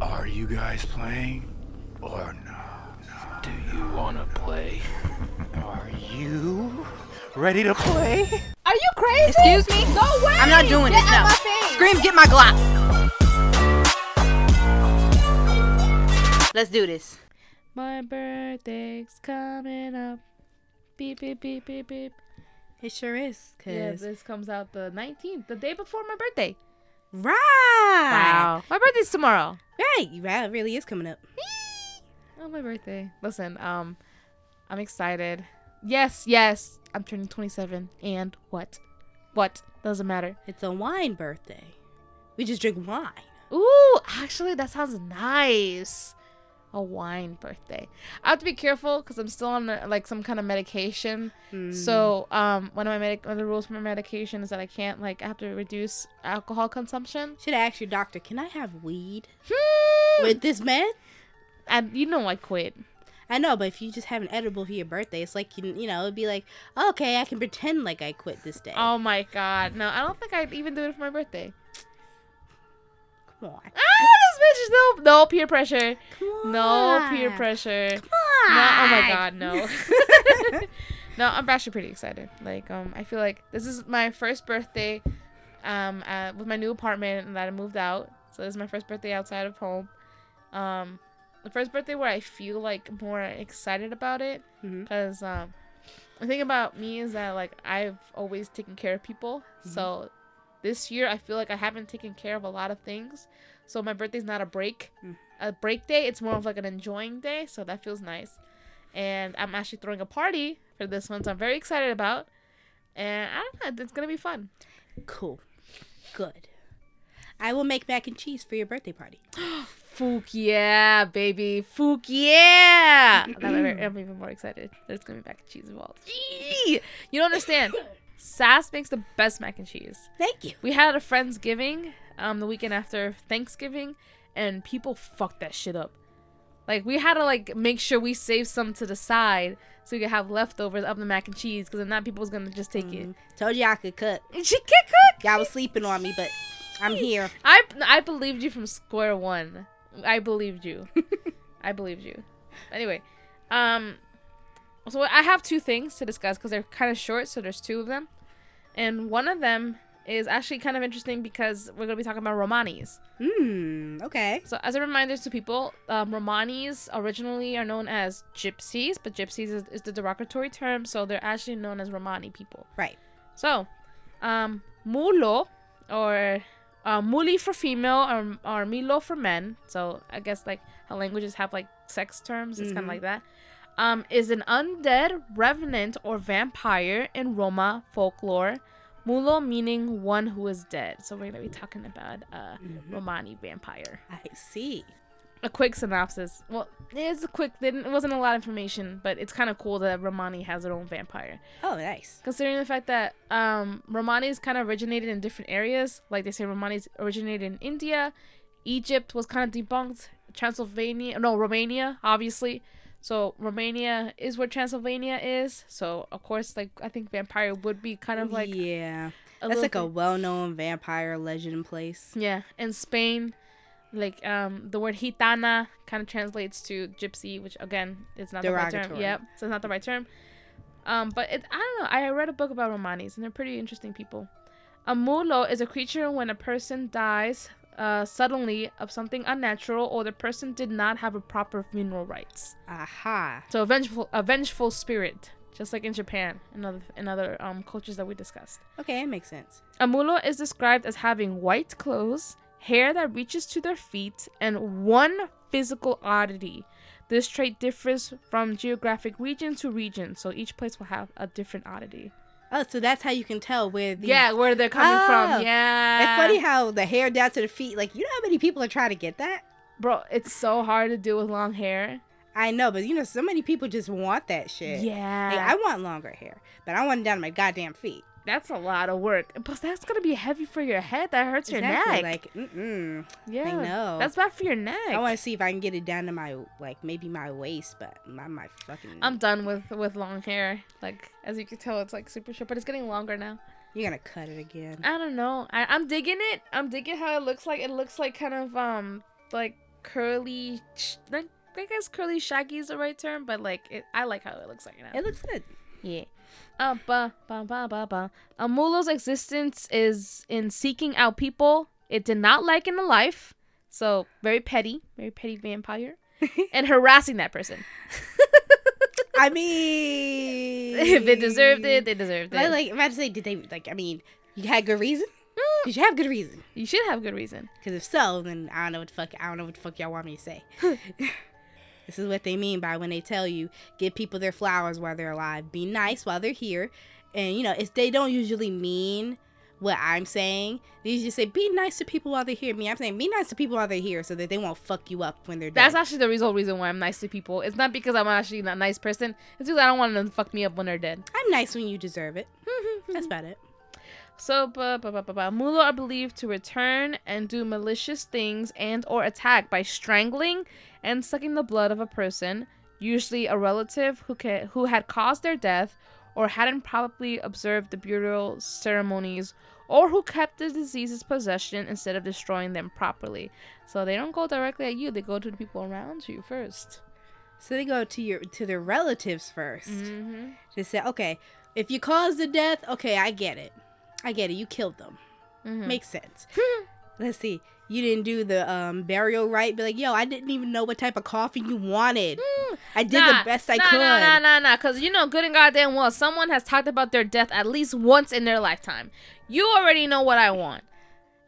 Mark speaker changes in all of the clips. Speaker 1: Are you guys playing or no? Do you want to play? Are you ready to play?
Speaker 2: Are you crazy?
Speaker 3: Excuse me?
Speaker 2: Go away.
Speaker 3: I'm not doing
Speaker 2: Get
Speaker 3: this.
Speaker 2: out
Speaker 3: No.
Speaker 2: my face.
Speaker 3: Scream, get my Glock. Let's do this.
Speaker 4: My birthday's coming up. Beep beep beep beep beep.
Speaker 5: It sure is. Cause
Speaker 4: Yeah, this comes out the 19th, the day before my birthday.
Speaker 5: right.
Speaker 4: Wow, my birthday's tomorrow.
Speaker 5: Right. Wow. It really is coming up.
Speaker 4: Oh, my birthday. Listen, um, I'm excited. Yes, yes, I'm turning 27, and what? What doesn't matter.
Speaker 5: It's a wine birthday. We just drink wine.
Speaker 4: Ooh, actually, that sounds nice. A wine birthday. I have to be careful because I'm still on uh, like some kind of medication. So, um, one of my medic, one of the rules for my medication is that I can't like I have to reduce alcohol consumption.
Speaker 5: Should I ask your doctor? Can I have weed with this man?
Speaker 4: And you know I quit.
Speaker 5: I know, but if you just have an edible for your birthday, it's like you, you know, it'd be like, okay, I can pretend like I quit this day.
Speaker 4: Oh my god, no, I don't think I'd even do it for my birthday.
Speaker 5: come on,
Speaker 4: Ah, this bitch is no no peer pressure,
Speaker 5: come on,
Speaker 4: no peer pressure.
Speaker 5: Come on.
Speaker 4: No, oh my god, no. no, I'm actually pretty excited. Like, um, I feel like this is my first birthday, um, uh, with my new apartment and that I moved out. So this is my first birthday outside of home. Um, the first birthday where I feel like more excited about it,
Speaker 5: Mhm.
Speaker 4: because um, the thing about me is that like I've always taken care of people.
Speaker 5: Mm-hmm.
Speaker 4: So this year I feel like I haven't taken care of a lot of things. So my birthday's not a break,
Speaker 5: Mm.
Speaker 4: a break day. It's more of like an enjoying day. So that feels nice and I'm actually throwing a party for this one, so I'm very excited about. And I don't know, it's gonna be fun.
Speaker 5: Cool, good. I will make mac and cheese for your birthday party.
Speaker 4: Fook yeah, baby, fook yeah! I'm, very- I'm even more excited. There's gonna be mac and cheese involved. Yee! You don't understand. Sass makes the best mac and cheese.
Speaker 5: Thank you.
Speaker 4: We had a friendsgiving um, the weekend after Thanksgiving, and people fucked that shit up. Like we had to like make sure we saved some to the side so we could have leftovers of the mac and cheese, because if not, people was gonna just take it.
Speaker 5: Told you I could cook.
Speaker 4: She can cook.
Speaker 5: Y'all was sleeping on me, but I'm here.
Speaker 4: I I believed you from square one. I believed you. I believed you. Anyway, um, so I have two things to discuss because they're kind of short, so there's two of them, and one of them is actually kind of interesting because we're gonna be talking about Romanis.
Speaker 5: Hmm. Okay.
Speaker 4: So, as a reminder to people, um, Romani's originally are known as gypsies, but gypsies is, is the derogatory term, so they're actually known as Romani people.
Speaker 5: Right.
Speaker 4: So, um, mulo, or uh, muli for female, or, or milo for men. So, I guess like how languages have like sex terms, it's kind of like that. Um, is an undead revenant or vampire in Roma folklore. Mulo meaning one who is dead. So, we're going to be talking about a Romani vampire
Speaker 5: I see.
Speaker 4: a quick synopsis. Well, it's a quick. They didn't, it wasn't a lot of information, but it's kind of cool that Romani has her own vampire.
Speaker 5: Oh, nice.
Speaker 4: Considering the fact that um, Romani's kind of originated in different areas, like they say Romani's originated in India, Egypt was kind of debunked, Transylvania, no Romania, obviously. So Romania is where Transylvania is. So of course, like I think vampire would be kind of like
Speaker 5: yeah, that's
Speaker 4: little
Speaker 5: like a
Speaker 4: thing.
Speaker 5: well-known vampire legend place.
Speaker 4: Yeah, in Spain, like um, the word gitana kind of translates to gypsy, which again is not the right term.
Speaker 5: Derogatory.
Speaker 4: Yep, so it's not the right term. Um, but it, I don't know. I read a book about Romanis, and they're pretty interesting people. A mulo is a creature when a person dies uh, suddenly of something unnatural, or the person did not have a proper funeral rites.
Speaker 5: Aha.
Speaker 4: So a vengeful, a vengeful spirit, just like in Japan and other and other um, cultures that we discussed.
Speaker 5: Okay, it makes sense.
Speaker 4: A mullah is described as having white clothes, hair that reaches to their feet, and one physical oddity. This trait differs from geographic region to region, so each place will have a different oddity.
Speaker 5: Oh, so that's how you can tell where the
Speaker 4: Yeah, where they're coming
Speaker 5: Oh.
Speaker 4: from. Yeah.
Speaker 5: It's funny how the hair down to the feet. Like you know how many people are trying to get that.
Speaker 4: Bro, it's so hard to do with long hair.
Speaker 5: I know, but you know, so many people just want that shit.
Speaker 4: Yeah.
Speaker 5: Like, I want longer hair, but I want it down to my goddamn feet.
Speaker 4: that's a lot of work. Plus, that's going to be heavy for your head. That hurts your neck.
Speaker 5: Like, mm-mm.
Speaker 4: yeah.
Speaker 5: know.
Speaker 4: That's bad for your neck.
Speaker 5: I want to see if I can get it down to my like maybe my waist, but my my fucking.
Speaker 4: I'm done with, with long hair. Like, as you can tell, it's like super short, but it's getting longer now.
Speaker 5: You're gonna cut it again.
Speaker 4: I don't know. I, I'm digging it. I'm digging how it looks like. It looks like kind of um like curly. Sh- like, I guess curly shaggy is the right term, but like it, I like how it looks like now.
Speaker 5: It looks good.
Speaker 4: Yeah. Uh, ba, ba, ba, ba, ba. Uh, Mulo's existence is in seeking out people it did not like in the life. So, very petty, very petty vampire. and harassing that person.
Speaker 5: I mean,
Speaker 4: if they deserved it, they deserved it.
Speaker 5: Like, like, I'm about to say, did they like? I mean, you had good reason.
Speaker 4: Mm.
Speaker 5: Did you have good reason?
Speaker 4: you should have good reason.
Speaker 5: Because if so, then I don't know what the fuck. I don't know what the fuck y'all want me to say. this is what they mean by when they tell you give people their flowers while they're alive, be nice while they're here, and you know it's they don't usually mean what I'm saying. They usually say be nice to people while they're here. Me, I'm saying be nice to people while they're here so that they won't fuck you up when they're
Speaker 4: That's
Speaker 5: dead.
Speaker 4: actually the real reason why I'm nice to people. It's not because I'm actually not a nice person. It's because I don't want them to fuck me up when they're dead.
Speaker 5: I'm nice when you deserve it. That's about it.
Speaker 4: So, ba ba ba ba ba. Mulo are believed to return and do malicious things and or attack by strangling and sucking the blood of a person, usually a relative who ca- who had caused their death or hadn't probably observed the burial ceremonies or who kept the disease's possession instead of destroying them properly. So they don't go directly at you; they go to the people around you first.
Speaker 5: So they go to your to their relatives 1st
Speaker 4: Mm-hmm.
Speaker 5: They say, okay, if you caused the death, okay, I get it. I get it. You killed them.
Speaker 4: Mhm.
Speaker 5: Makes sense. Let's see. You didn't do the um, burial right. Be like, yo, I didn't even know what type of coffin you wanted. I did the best I
Speaker 4: Mm, nah,
Speaker 5: could.
Speaker 4: Nah, nah, nah, nah. Because you know good and goddamn well, someone has talked about their death at least once in their lifetime. You already know what I want.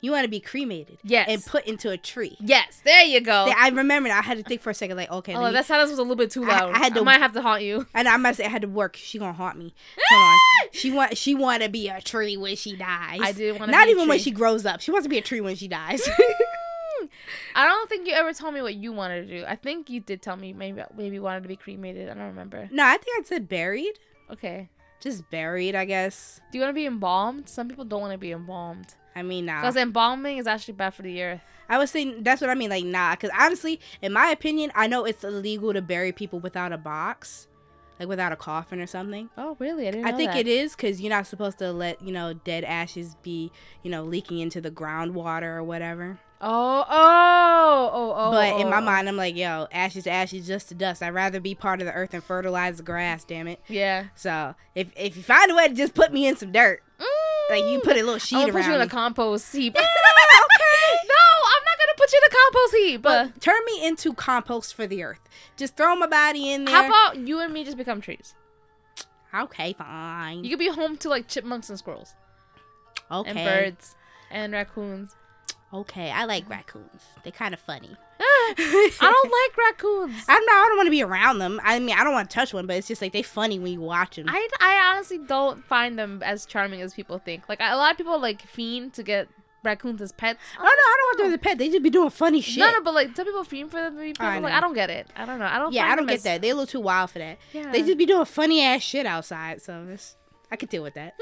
Speaker 5: You want to be cremated.
Speaker 4: Yes.
Speaker 5: And put into a tree.
Speaker 4: Yes, there you go.
Speaker 5: Th- I remember. I had to think for a second. Like, okay. let
Speaker 4: oh,
Speaker 5: me-
Speaker 4: that sentence was a little bit too
Speaker 5: I-
Speaker 4: loud.
Speaker 5: I
Speaker 4: I,
Speaker 5: had to-
Speaker 4: might have to haunt you.
Speaker 5: and I must say, I had to work. She gonna haunt me. Hold on. She want. She want to be a tree when she dies.
Speaker 4: I did wanna
Speaker 5: Not
Speaker 4: be a
Speaker 5: even when
Speaker 4: tree.
Speaker 5: she grows up. She wants to be a tree when she dies.
Speaker 4: I don't think you ever told me what you wanted to do. I think you did tell me maybe maybe you wanted to be cremated. I don't remember.
Speaker 5: no, I think I said buried.
Speaker 4: Okay.
Speaker 5: Just buried, I guess.
Speaker 4: Do you want to be embalmed? Some people don't want to be embalmed
Speaker 5: I mean, nah.
Speaker 4: because embalming is actually bad for the earth.
Speaker 5: I was saying that's what I mean, like nah, because honestly, in my opinion, I know it's illegal to bury people without a box, like without a coffin or something.
Speaker 4: Oh, really? I didn't.
Speaker 5: I
Speaker 4: know
Speaker 5: think
Speaker 4: that.
Speaker 5: it is because you're not supposed to let you know dead ashes be you know leaking into the groundwater or whatever.
Speaker 4: Oh, oh, oh, oh.
Speaker 5: but in my
Speaker 4: oh.
Speaker 5: mind, I'm like, yo, ashes to ashes, just to dust. I'd rather be part of the earth and fertilize the grass, damn it.
Speaker 4: yeah.
Speaker 5: So if if you find a way to just put me in some dirt, like you put a little sheet
Speaker 4: I'm gonna
Speaker 5: around
Speaker 4: put you in
Speaker 5: me.
Speaker 4: a compost heap.
Speaker 5: okay.
Speaker 4: No, I'm not gonna put you in a compost heap.
Speaker 5: But turn me into compost for the earth. Just throw my body in there.
Speaker 4: How about you and me just become trees?
Speaker 5: okay, fine.
Speaker 4: You could be home to like chipmunks and squirrels
Speaker 5: okay.
Speaker 4: and birds and raccoons.
Speaker 5: Okay, I like raccoons. They're kind of funny.
Speaker 4: I don't like raccoons.
Speaker 5: I don't know. I don't want to be around them. I mean, I don't want to touch one, but it's just like they funny when you watch them.
Speaker 4: I, I honestly don't find them as charming as people think. Like a lot of people like fiend to get raccoons as pets.
Speaker 5: oh no, I don't want them as a pet. They just be doing funny shit. Oh,
Speaker 4: No, no, but like some people fiend for them. to be
Speaker 5: I
Speaker 4: people, like
Speaker 5: know.
Speaker 4: I don't get it. I don't know. I don't.
Speaker 5: yeah,
Speaker 4: find
Speaker 5: I don't
Speaker 4: them
Speaker 5: get
Speaker 4: as-
Speaker 5: that. They a little too wild for that.
Speaker 4: Yeah.
Speaker 5: They just be doing funny ass shit outside, so it's, I could deal with that.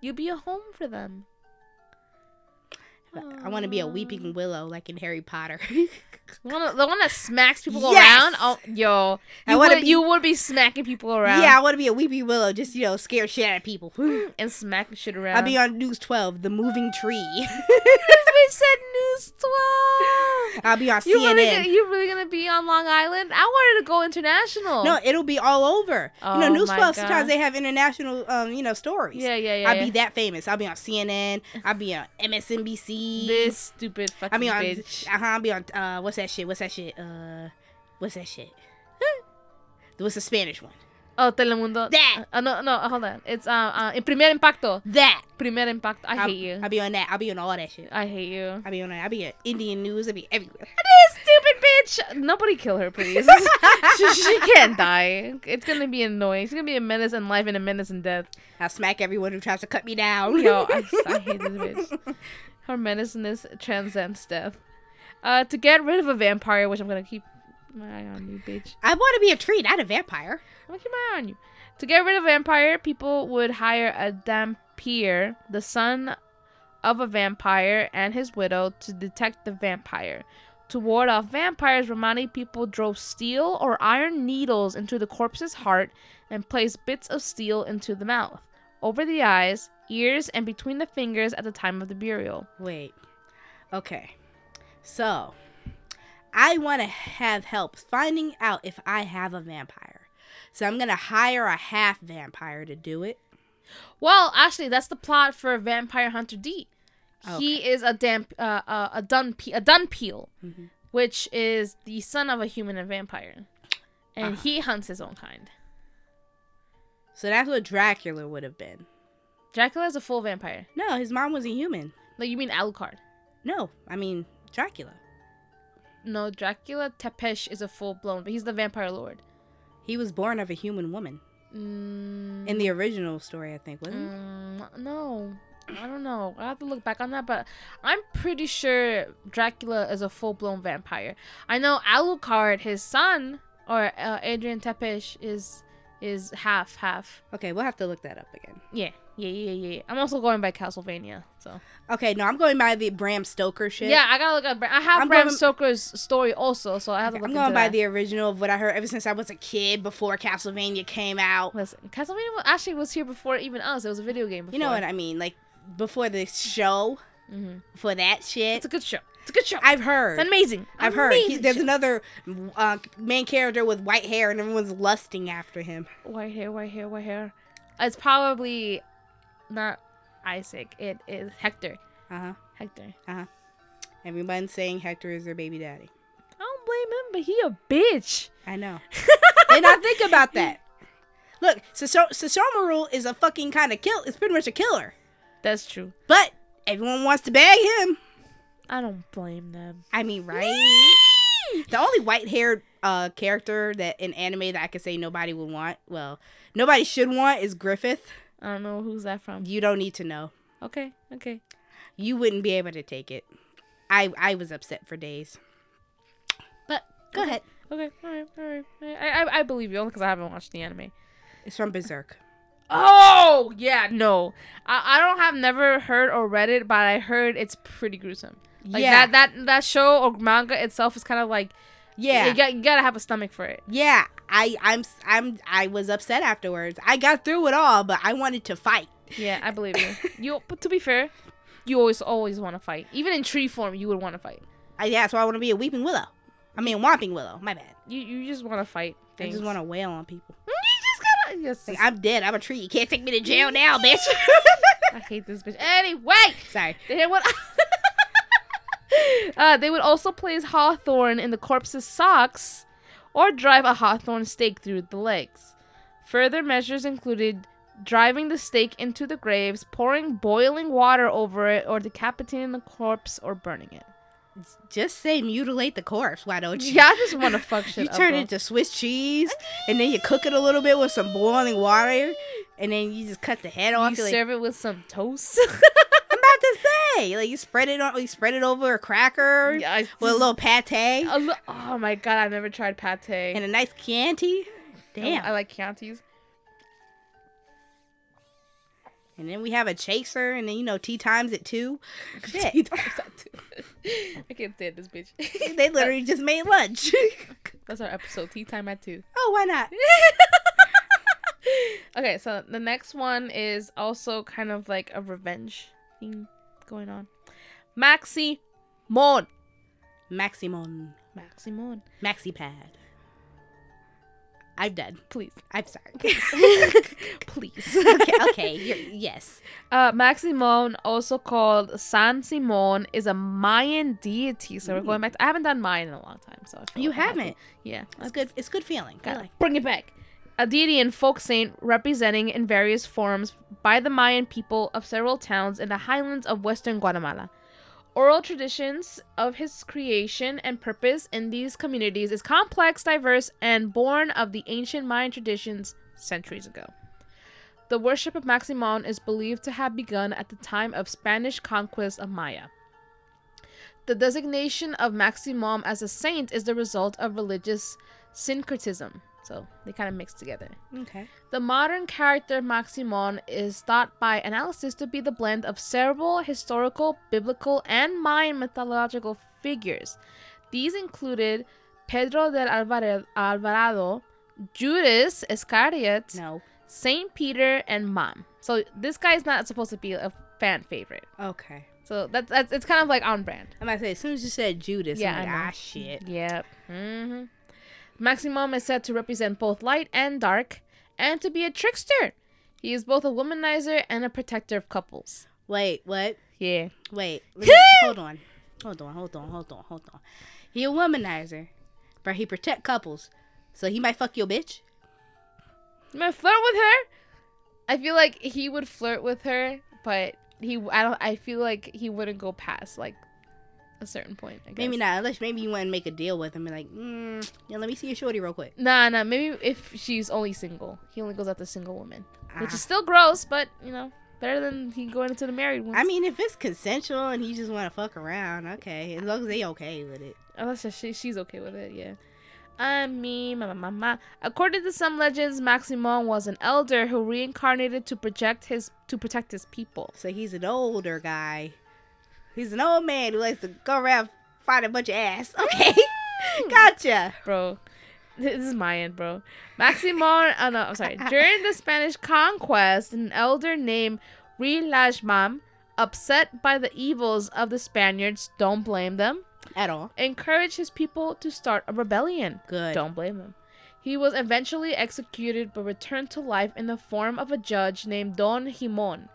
Speaker 4: You'd be a home for them.
Speaker 5: But I want to be a weeping willow like in Harry Potter.
Speaker 4: The one, the one that smacks people
Speaker 5: Yes!
Speaker 4: around. Oh, yo,
Speaker 5: I
Speaker 4: you
Speaker 5: wanna
Speaker 4: would,
Speaker 5: be-
Speaker 4: you would be smacking people around.
Speaker 5: yeah, I want to be a weeping willow, just you know, scare shit out of people.
Speaker 4: and smacking shit around.
Speaker 5: I'll be on News 12, The Moving Tree.
Speaker 4: This bitch said news twelve.
Speaker 5: I'll be on
Speaker 4: You
Speaker 5: CNN.
Speaker 4: really, gonna, you really gonna be on Long Island? I wanted to go international.
Speaker 5: No, it'll be all over. you
Speaker 4: Oh
Speaker 5: know, News
Speaker 4: my
Speaker 5: 12 sometimes
Speaker 4: God.
Speaker 5: they have international, um, you know, stories.
Speaker 4: Yeah, yeah, yeah.
Speaker 5: I'll
Speaker 4: yeah.
Speaker 5: be that famous. I'll be on CNN. I'll be on MSNBC.
Speaker 4: this stupid fucking
Speaker 5: I mean, on,
Speaker 4: bitch.
Speaker 5: uh-huh, I'll be on, uh, what's that shit? What's that shit? Uh, what's that shit? what's the Spanish one?
Speaker 4: Oh, Telemundo.
Speaker 5: That.
Speaker 4: Uh, no, no, hold on. It's um, uh, in Primer Impacto.
Speaker 5: That.
Speaker 4: Primer Impacto. I
Speaker 5: I'll-
Speaker 4: hate you.
Speaker 5: I'll be on that. I'll be on all that shit.
Speaker 4: I hate you.
Speaker 5: I'll be on that. I'll be on Indian news. I'll be everywhere.
Speaker 4: This stupid bitch. Nobody kill her, please. she, she can't die. It's gonna be annoying. She's gonna be a menace in life and a menace in death.
Speaker 5: I'll smack everyone who tries to cut me down.
Speaker 4: Yo, I, I hate this bitch. Her menaceness transcends death. Uh, to get rid of a vampire, which I'm gonna keep my eye on you, bitch.
Speaker 5: I want to be a tree, not a vampire.
Speaker 4: I'm gonna keep my eye on you. To get rid of a vampire, people would hire a dampier, the son of a vampire and his widow, to detect the vampire. To ward off vampires, Romani people drove steel or iron needles into the corpse's heart and placed bits of steel into the mouth, over the eyes, ears, and between the fingers at the time of the burial.
Speaker 5: Wait. Okay. So, I want to have help finding out if I have a vampire. So I'm going to hire a half vampire to do it.
Speaker 4: Well, actually, that's the plot for Vampire Hunter D. He
Speaker 5: Okay.
Speaker 4: is a damp, uh, uh, a Dunpe- a Dunpeel,
Speaker 5: Mhm.
Speaker 4: which is the son of a human and vampire, and he hunts his own kind.
Speaker 5: So that's what Dracula would have been.
Speaker 4: Dracula is a full vampire.
Speaker 5: No, his mom was a human.
Speaker 4: No, you mean Alucard?
Speaker 5: No, I mean Dracula.
Speaker 4: No, Dracula Tepesh is a full blown. He's the vampire lord.
Speaker 5: He was born of a human woman
Speaker 4: Mm,
Speaker 5: in the original story, I think, wasn't it?
Speaker 4: mm, no, I don't know. I have to look back on that, but I'm pretty sure Dracula is a full blown vampire. I know Alucard, his son, or uh, Adrian Tepesh is is half half.
Speaker 5: Okay, we'll have to look that up again.
Speaker 4: Yeah, yeah, yeah, yeah. yeah. I'm also going by Castlevania, so
Speaker 5: Okay, no, I'm going by the Bram Stoker shit.
Speaker 4: yeah, I gotta look up. Bra- I have
Speaker 5: I'm
Speaker 4: Bram
Speaker 5: going-
Speaker 4: Stoker's story also, so I have to
Speaker 5: I'm
Speaker 4: look.
Speaker 5: going
Speaker 4: into
Speaker 5: by
Speaker 4: that.
Speaker 5: the original of what I heard ever since I was a kid before Castlevania came out.
Speaker 4: Listen, Castlevania wa- actually was here before even us. It was a video game. Before.
Speaker 5: You know what I mean? Like before the show,
Speaker 4: Mhm.
Speaker 5: for that shit.
Speaker 4: It's a good show. It's a good show.
Speaker 5: I've heard.
Speaker 4: It's amazing.
Speaker 5: I've heard. He-
Speaker 4: Amazing
Speaker 5: there's
Speaker 4: show.
Speaker 5: another uh, main character with white hair, and everyone's lusting after him.
Speaker 4: white hair, white hair, white hair. It's probably not Isaac. It is Hector.
Speaker 5: Uh huh.
Speaker 4: Hector.
Speaker 5: Everyone's saying Hector is their baby daddy.
Speaker 4: I don't blame him, but he a bitch.
Speaker 5: I know. and I think about that. Look, Sasho- Sashomaru is a fucking kind of kill. It's pretty much a killer.
Speaker 4: That's true.
Speaker 5: But everyone wants to bag him.
Speaker 4: I don't blame them.
Speaker 5: I mean, right? the only white-haired uh, character that in anime that I could say nobody would want, well, nobody should want, is Griffith.
Speaker 4: I don't know who's that from.
Speaker 5: You don't need to know.
Speaker 4: Okay, okay.
Speaker 5: You wouldn't be able to take it. I I was upset for days. But go ahead.
Speaker 4: Okay, alright, alright. I, I, I believe you only because I haven't watched the anime.
Speaker 5: It's from Berserk.
Speaker 4: Oh yeah, no. I, I don't have never heard or read it, but I heard it's pretty gruesome. Like
Speaker 5: yeah,
Speaker 4: that that that show or manga itself is kind of like
Speaker 5: yeah,
Speaker 4: You, got, you gotta have a stomach for it.
Speaker 5: yeah. I I'm s- I'm I was upset afterwards. I got through it all, but I wanted to fight.
Speaker 4: Yeah, I believe you. you but to be fair, you always always want to fight. Even in tree form, you would want to fight.
Speaker 5: I, yeah, so I want to be a weeping willow. I mean, whomping willow. My bad.
Speaker 4: You you just want to fight. Things.
Speaker 5: I just want to wail on people.
Speaker 4: You just gotta. Yes.
Speaker 5: Like,
Speaker 4: I,
Speaker 5: I'm dead. I'm a tree. You can't take me to jail now, bitch.
Speaker 4: hate this bitch. Anyway,
Speaker 5: Sorry.
Speaker 4: they would. uh, they would also place Hawthorne in the corpse's socks, or drive a Hawthorne stake through the legs. Further measures included driving the stake into the graves, pouring boiling water over it, or decapitating the corpse or burning it.
Speaker 5: Just say mutilate the corpse. Why don't you?
Speaker 4: Yeah, I just want to fuck shit
Speaker 5: You
Speaker 4: up.
Speaker 5: turn
Speaker 4: bro.
Speaker 5: it into Swiss cheese, and then you cook it a little bit with some boiling water, and then you just cut the head off.
Speaker 4: You
Speaker 5: You're like,
Speaker 4: serve it with some toast.
Speaker 5: I'm about to say, like you spread it on, you spread it over a cracker
Speaker 4: Yeah, I-
Speaker 5: with a little pate
Speaker 4: A li- oh my god, I've never tried pate.
Speaker 5: and a nice Chianti. Damn.
Speaker 4: Oh, I, like Chianti's.
Speaker 5: and then we have a chaser, and then you know tea times at two.
Speaker 4: Tea
Speaker 5: Shit,
Speaker 4: times up too. I can't stand this bitch.
Speaker 5: they literally just made lunch.
Speaker 4: That's our episode. Tea time at two.
Speaker 5: oh, why not?
Speaker 4: Okay, so the next one is also kind of like a revenge thing going on. Maxi Mon.
Speaker 5: Maximon,
Speaker 4: Maxi Mon.
Speaker 5: maxi pad. I'm done.
Speaker 4: Please.
Speaker 5: I'm sorry.
Speaker 4: Please.
Speaker 5: okay, okay. You're, yes.
Speaker 4: Uh, Maximon, also called San Simon, is a Mayan deity. So we're going back. To, I haven't done Mayan in a long time, so I feel
Speaker 5: You
Speaker 4: like I have to-
Speaker 5: haven't.
Speaker 4: Yeah,
Speaker 5: It's good. It's good feeling. I
Speaker 4: gotta
Speaker 5: like-
Speaker 4: bring it back. A deity and folk saint representing in various forms by the Mayan people of several towns in the highlands of western Guatemala. Oral traditions of his creation and purpose in these communities is complex, diverse, and born of the ancient Mayan traditions centuries ago. The worship of Maximon is believed to have begun at the time of Spanish conquest of Maya. The designation of Maximum as a saint is the result of religious syncretism. So they kind of mix together.
Speaker 5: Okay.
Speaker 4: The modern character Maximon is thought by analysis to be the blend of several historical, biblical, and Mayan mythological figures. These included Pedro del Alvare- Alvarado, Judas Iscariot,
Speaker 5: No.
Speaker 4: Saint Peter, and Mom. So this guy's not supposed to be a fan favorite.
Speaker 5: Okay.
Speaker 4: So that's, that's it's kind of like on brand.
Speaker 5: I'm about to say, as soon as you said Judas,
Speaker 4: Yeah,
Speaker 5: I'm like,
Speaker 4: I know.
Speaker 5: ah, shit.
Speaker 4: Yep. hmm Maximum is said to represent both light and dark, and to be a trickster. He is both a womanizer and a protector of couples.
Speaker 5: Wait, what?
Speaker 4: Yeah.
Speaker 5: Wait. let me- hold on. Hold on, hold on, hold on, hold on. He a womanizer, but he protect couples. So he might fuck your bitch.
Speaker 4: You might flirt with her. I feel like he would flirt with her, but he I don't I feel like he wouldn't go past like a certain point. I guess.
Speaker 5: Maybe not, unless maybe you want to make a deal with him and like, mm, yeah, let me see your shorty real quick.
Speaker 4: Nah, nah. Maybe if she's only single, he only goes after single women, which
Speaker 5: Ah.
Speaker 4: is still gross, but you know better than he going into the married ones.
Speaker 5: I mean, if it's consensual and he just want to fuck around, okay, as long as they okay with it.
Speaker 4: Unless Oh, she, she's okay with it, yeah. I mean, ma, ma, ma, ma. according to some legends, Maximon was an elder who reincarnated to project his to protect his people.
Speaker 5: So he's an older guy. He's an old man who likes to go around find a bunch of ass. Okay, Mm. gotcha.
Speaker 4: bro. This is Mayan, bro. Maximon, oh no, I'm sorry. During the Spanish conquest, an elder named Rilajmam, upset by the evils of the Spaniards, don't blame them,
Speaker 5: At all.
Speaker 4: encouraged his people to start a rebellion.
Speaker 5: Good.
Speaker 4: Don't blame him. He was eventually executed but returned to life in the form of a judge named Don Jimon,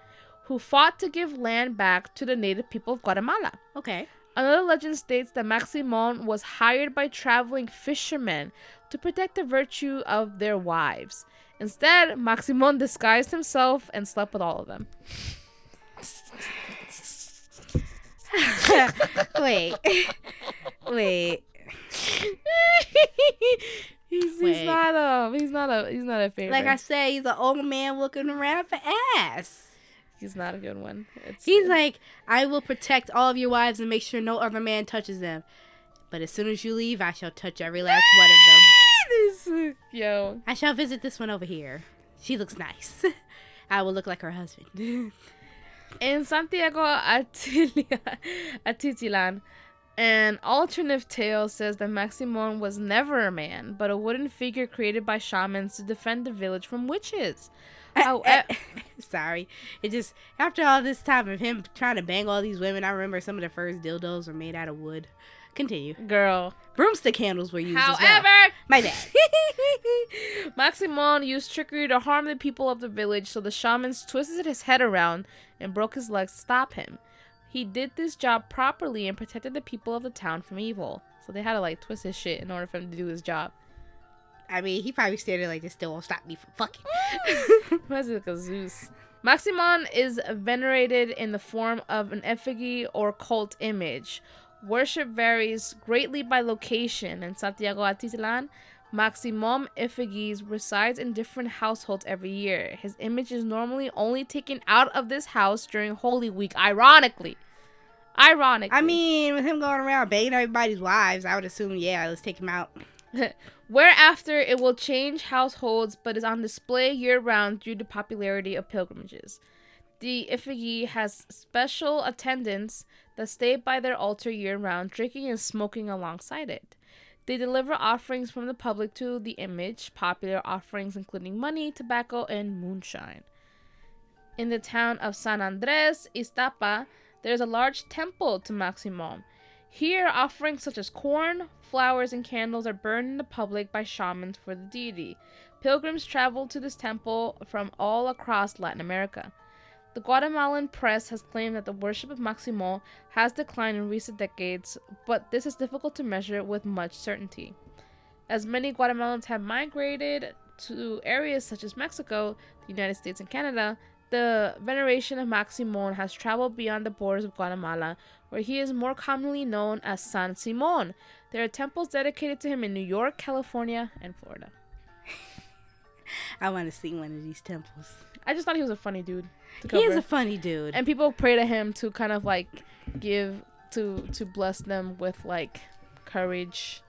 Speaker 4: who fought to give land back to the native people of Guatemala.
Speaker 5: Okay.
Speaker 4: Another legend states that Maximon was hired by traveling fishermen to protect the virtue of their wives. Instead, Maximon disguised himself and slept with all of them.
Speaker 5: Wait. Wait.
Speaker 4: he's, he's
Speaker 5: Wait.
Speaker 4: not a he's not a he's not a favorite.
Speaker 5: Like I said, he's an old man looking around for ass.
Speaker 4: he's not a good one. It's,
Speaker 5: He's like, I will protect all of your wives and make sure no other man touches them. But as soon as you leave, I shall touch every last one of them.
Speaker 4: This- yo.
Speaker 5: I shall visit this one over here. She looks nice. I will look like her husband.
Speaker 4: In Santiago Atilia, Atitilan, an alternative tale says that Maximon was never a man, but a wooden figure created by shamans to defend the village from witches. However,
Speaker 5: Sorry. It just, after all this time of him trying to bang all these women, I remember some of the first dildos were made out of wood. Continue.
Speaker 4: girl.
Speaker 5: Broomstick handles were used as
Speaker 4: However,
Speaker 5: well. My bad.
Speaker 4: Maximon used trickery to harm the people of the village, so the shamans twisted his head around and broke his legs to stop him. He did this job properly and protected the people of the town from evil. So they had to like twist his shit in order for him to do his job.
Speaker 5: I mean, he probably stared at it like this still won't stop me from fucking.
Speaker 4: Where's like a Zeus? Maximon is venerated in the form of an effigy or cult image. Worship varies greatly by location. In Santiago Atitlan, Maximum effigies resides in different households every year. His image is normally only taken out of this house during Holy Week, ironically. Ironically.
Speaker 5: I mean, with him going around banging everybody's wives, I would assume, yeah, let's take him out.
Speaker 4: Whereafter, it will change households but is on display year round due to popularity of pilgrimages. The effigy has special attendants that stay by their altar year round, drinking and smoking alongside it. They deliver offerings from the public to the image, popular offerings including money, tobacco, and moonshine. In the town of San Andres, Iztapa, there is a large temple to Maximum. Here, offerings such as corn, flowers, and candles are burned in the public by shamans for the deity. Pilgrims travel to this temple from all across Latin America. The Guatemalan press has claimed that the worship of Maximo has declined in recent decades, but this is difficult to measure with much certainty. As many Guatemalans have migrated to areas such as Mexico, the United States, and Canada, the veneration of Maximon has traveled beyond the borders of Guatemala, where he is more commonly known as San Simon. There are temples dedicated to him in New York, California, and Florida.
Speaker 5: I want to see one of these temples.
Speaker 4: I just thought he was a funny dude. To
Speaker 5: He is
Speaker 4: cover.
Speaker 5: a funny dude.
Speaker 4: and people pray to him to kind of like give to to bless them with like courage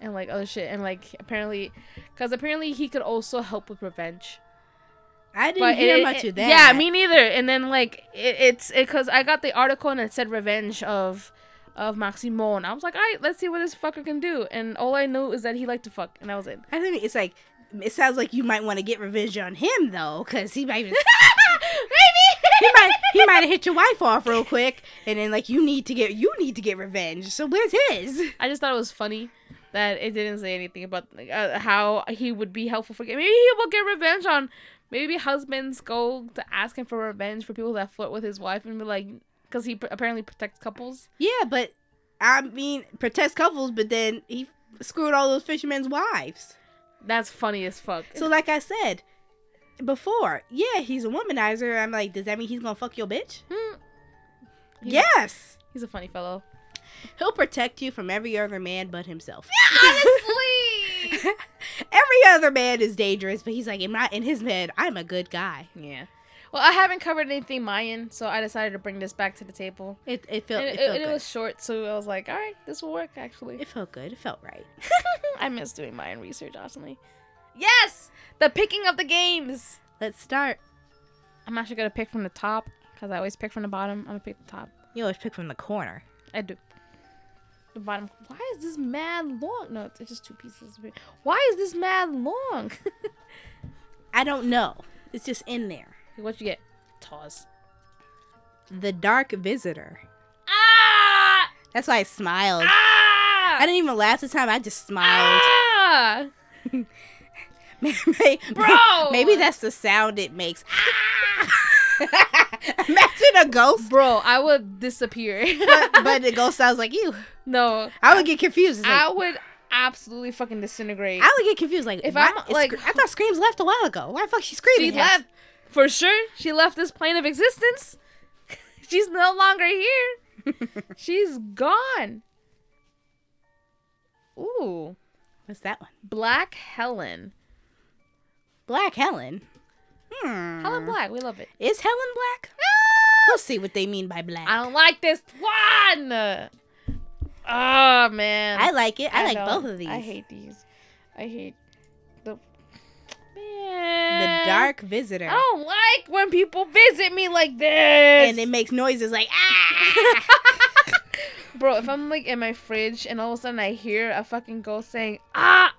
Speaker 4: and like other shit and like apparently because apparently he could also help with revenge
Speaker 5: I didn't
Speaker 4: but
Speaker 5: hear
Speaker 4: it-
Speaker 5: much
Speaker 4: it-
Speaker 5: of that.
Speaker 4: yeah me neither and then like it, it's because i got the article and it said revenge of of maximon i was like all right let's see what this fucker can do and all i knew is that he liked to fuck and that was it
Speaker 5: I think it's like it sounds like you might want to get revenge on him though, because he might. Even,
Speaker 4: maybe
Speaker 5: he might. he might have hit your wife off real quick, and then like you need to get you need to get revenge. So where's his?
Speaker 4: I just thought it was funny that it didn't say anything about like, uh, how he would be helpful for. Maybe he will get revenge on. Maybe husbands go to ask him for revenge for people that flirt with his wife and be like, because he pr- apparently protects couples.
Speaker 5: Yeah, but I mean protects couples, but then he screwed all those fishermen's wives.
Speaker 4: That's funny as fuck.
Speaker 5: So like I said before, yeah, he's a womanizer. I'm like, does that mean he's gonna fuck your bitch?
Speaker 4: Hmm. He's-
Speaker 5: Yes.
Speaker 4: he's a funny fellow.
Speaker 5: He'll protect you from every other man but himself.
Speaker 4: Honestly,
Speaker 5: every other man is dangerous, but he's like, in my in his head, I'm a good guy.
Speaker 4: yeah. Well, I haven't covered anything Mayan, so I decided to bring this back to the table.
Speaker 5: It it felt
Speaker 4: And
Speaker 5: it,
Speaker 4: Oh, it,
Speaker 5: felt
Speaker 4: it- it
Speaker 5: good.
Speaker 4: was short, so I was like, all right, this will work actually.
Speaker 5: it felt good. It felt right.
Speaker 4: I miss doing Mayan research, honestly. Yes, the picking of the games.
Speaker 5: Let's start.
Speaker 4: I'm actually gonna pick from the top because I always pick from the bottom. I'm gonna pick the top.
Speaker 5: You always pick from the corner.
Speaker 4: I do. The bottom. Why is this mad long? No, it's just two pieces. Why is this mad long?
Speaker 5: I don't know. It's just in there.
Speaker 4: what you get? Toss.
Speaker 5: The Dark Visitor.
Speaker 4: Ah!
Speaker 5: That's why I smiled. I
Speaker 4: Ah!
Speaker 5: didn't even laugh this time. I just smiled.
Speaker 4: Ah!
Speaker 5: maybe,
Speaker 4: Bro!
Speaker 5: maybe that's the sound it makes. Ah! Imagine a ghost,
Speaker 4: Bro, I would disappear.
Speaker 5: but, but the ghost sounds like you.
Speaker 4: no,
Speaker 5: I would get confused. It's like-
Speaker 4: I would absolutely fucking disintegrate.
Speaker 5: I would get confused. Like
Speaker 4: If
Speaker 5: why-
Speaker 4: I'm,
Speaker 5: it's
Speaker 4: like-
Speaker 5: Scre- I thought Screams left a while ago. Why the fuck she screaming?
Speaker 4: she
Speaker 5: at us?
Speaker 4: left for sure. She left this plane of existence. She's no longer here. She's gone. Ooh,
Speaker 5: What's that one?
Speaker 4: Black Helen.
Speaker 5: Black Helen. Hmm.
Speaker 4: Helen Black, we love it.
Speaker 5: Is Helen black? We'll see what they mean by black.
Speaker 4: I don't like this one. Oh man,
Speaker 5: I like it. I, like
Speaker 4: don't.
Speaker 5: both of these.
Speaker 4: I hate these. I hate the
Speaker 5: the
Speaker 4: man.
Speaker 5: Dark Visitor,
Speaker 4: I don't like when people visit me like this.
Speaker 5: and it makes noises like ah.
Speaker 4: Bro, if I'm like in my fridge and all of a sudden I hear a fucking ghost saying ah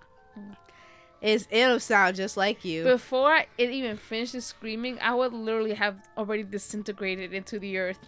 Speaker 5: it's, it'll sound just like you.
Speaker 4: before I- it even finishes screaming, I would literally have already disintegrated into the earth.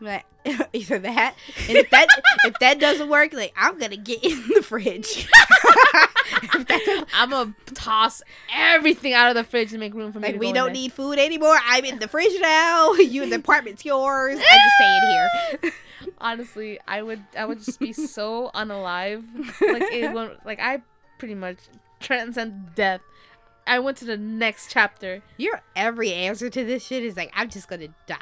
Speaker 5: Like, either that, and if that if that doesn't work, like I'm gonna get in the fridge. If that doesn't-
Speaker 4: I'm gonna toss everything out of the fridge to make room for me.
Speaker 5: like
Speaker 4: to
Speaker 5: we
Speaker 4: go
Speaker 5: don't
Speaker 4: in there.
Speaker 5: need food anymore. I'm in the fridge now. You the apartment's yours. I'm just staying here.
Speaker 4: Honestly, I would I would just be so unalive. Like it won't, like I pretty much transcend death. I went to the next chapter.
Speaker 5: Your every answer to this shit is like, I'm just gonna die.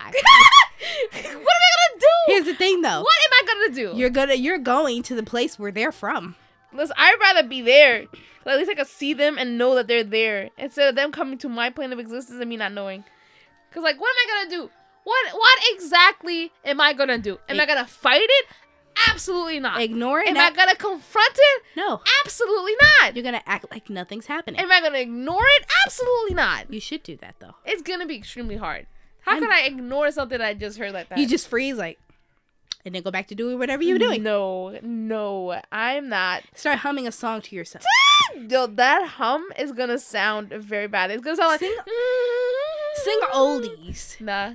Speaker 4: what am I gonna do?
Speaker 5: Here's the thing though.
Speaker 4: what am I gonna do?
Speaker 5: You're gonna you're going to the place where they're from.
Speaker 4: Listen, I'd rather be there. At least I could see them and know that they're there instead of them coming to my plane of existence and me not knowing. Cause like, what am I gonna do? What what exactly am I gonna do? Am I gonna fight it? Absolutely not.
Speaker 5: Ignore it.
Speaker 4: Am I gonna confront it?
Speaker 5: no.
Speaker 4: Absolutely not.
Speaker 5: You're gonna act like nothing's happening.
Speaker 4: Am I gonna ignore it? Absolutely not.
Speaker 5: You should do that though.
Speaker 4: It's gonna be extremely hard. How
Speaker 5: I'm-
Speaker 4: can I ignore something that I just heard like that?
Speaker 5: You just freeze like and then go back to doing whatever you're doing.
Speaker 4: No, no, I'm not.
Speaker 5: Start humming a song to yourself.
Speaker 4: Yo, that hum is gonna sound very bad. It's gonna sound like
Speaker 5: Sing- Sing oldies.
Speaker 4: Nah,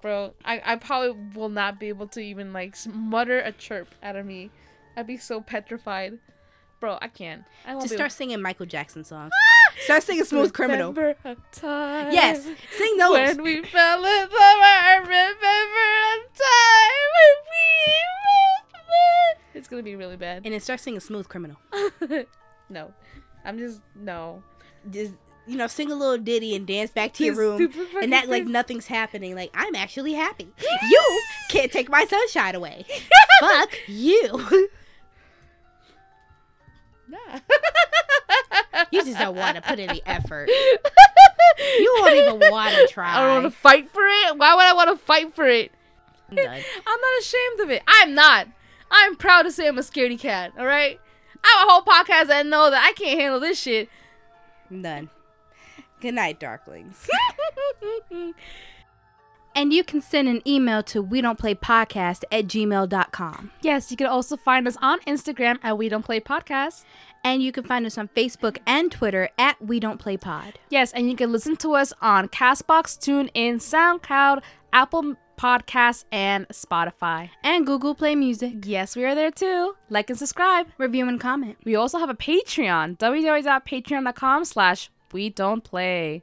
Speaker 4: bro, I, I probably will not be able to even like s- mutter a chirp out of me. I'd be so petrified, bro. I can't. I won't
Speaker 5: Just
Speaker 4: be
Speaker 5: start singing Michael Jackson songs. Start singing
Speaker 4: able-
Speaker 5: Ah! Smooth Criminal.
Speaker 4: Remember a time
Speaker 5: Yes. Sing those.
Speaker 4: When we fell in love, I remember a time when we both met. It's gonna be really bad.
Speaker 5: and then start singing Smooth Criminal.
Speaker 4: no, I'm just no.
Speaker 5: Just you know, sing a little ditty and dance back to your
Speaker 4: This
Speaker 5: room.
Speaker 4: stupid fucking
Speaker 5: and act like
Speaker 4: thing.
Speaker 5: nothing's happening. Like I'm actually happy. You can't take my sunshine away. Fuck you.
Speaker 4: Nah.
Speaker 5: You just don't want to put any effort. You won't even want to try.
Speaker 4: I don't want to fight for it. Why would I want to fight for it?
Speaker 5: I'm done.
Speaker 4: I'm not ashamed of it. I'm not. I'm proud to say I'm a scaredy cat. All right. I have a whole podcast that know that I can't handle this shit.
Speaker 5: I'm done. Good night, darklings. And you can send an email to we don't play podcast at gmail.com.
Speaker 4: yes, you can also find us on Instagram at We Don't Play Podcast.
Speaker 5: And you can find us on Facebook and Twitter at We Don't Play Pod.
Speaker 4: Yes, and you can listen to us on Castbox, TuneIn, SoundCloud, Apple Podcasts, and Spotify.
Speaker 5: And Google Play Music.
Speaker 4: Yes, we are there too. Like and subscribe.
Speaker 5: Review and comment.
Speaker 4: We also have a Patreon, www.patreon.com slash we don't play.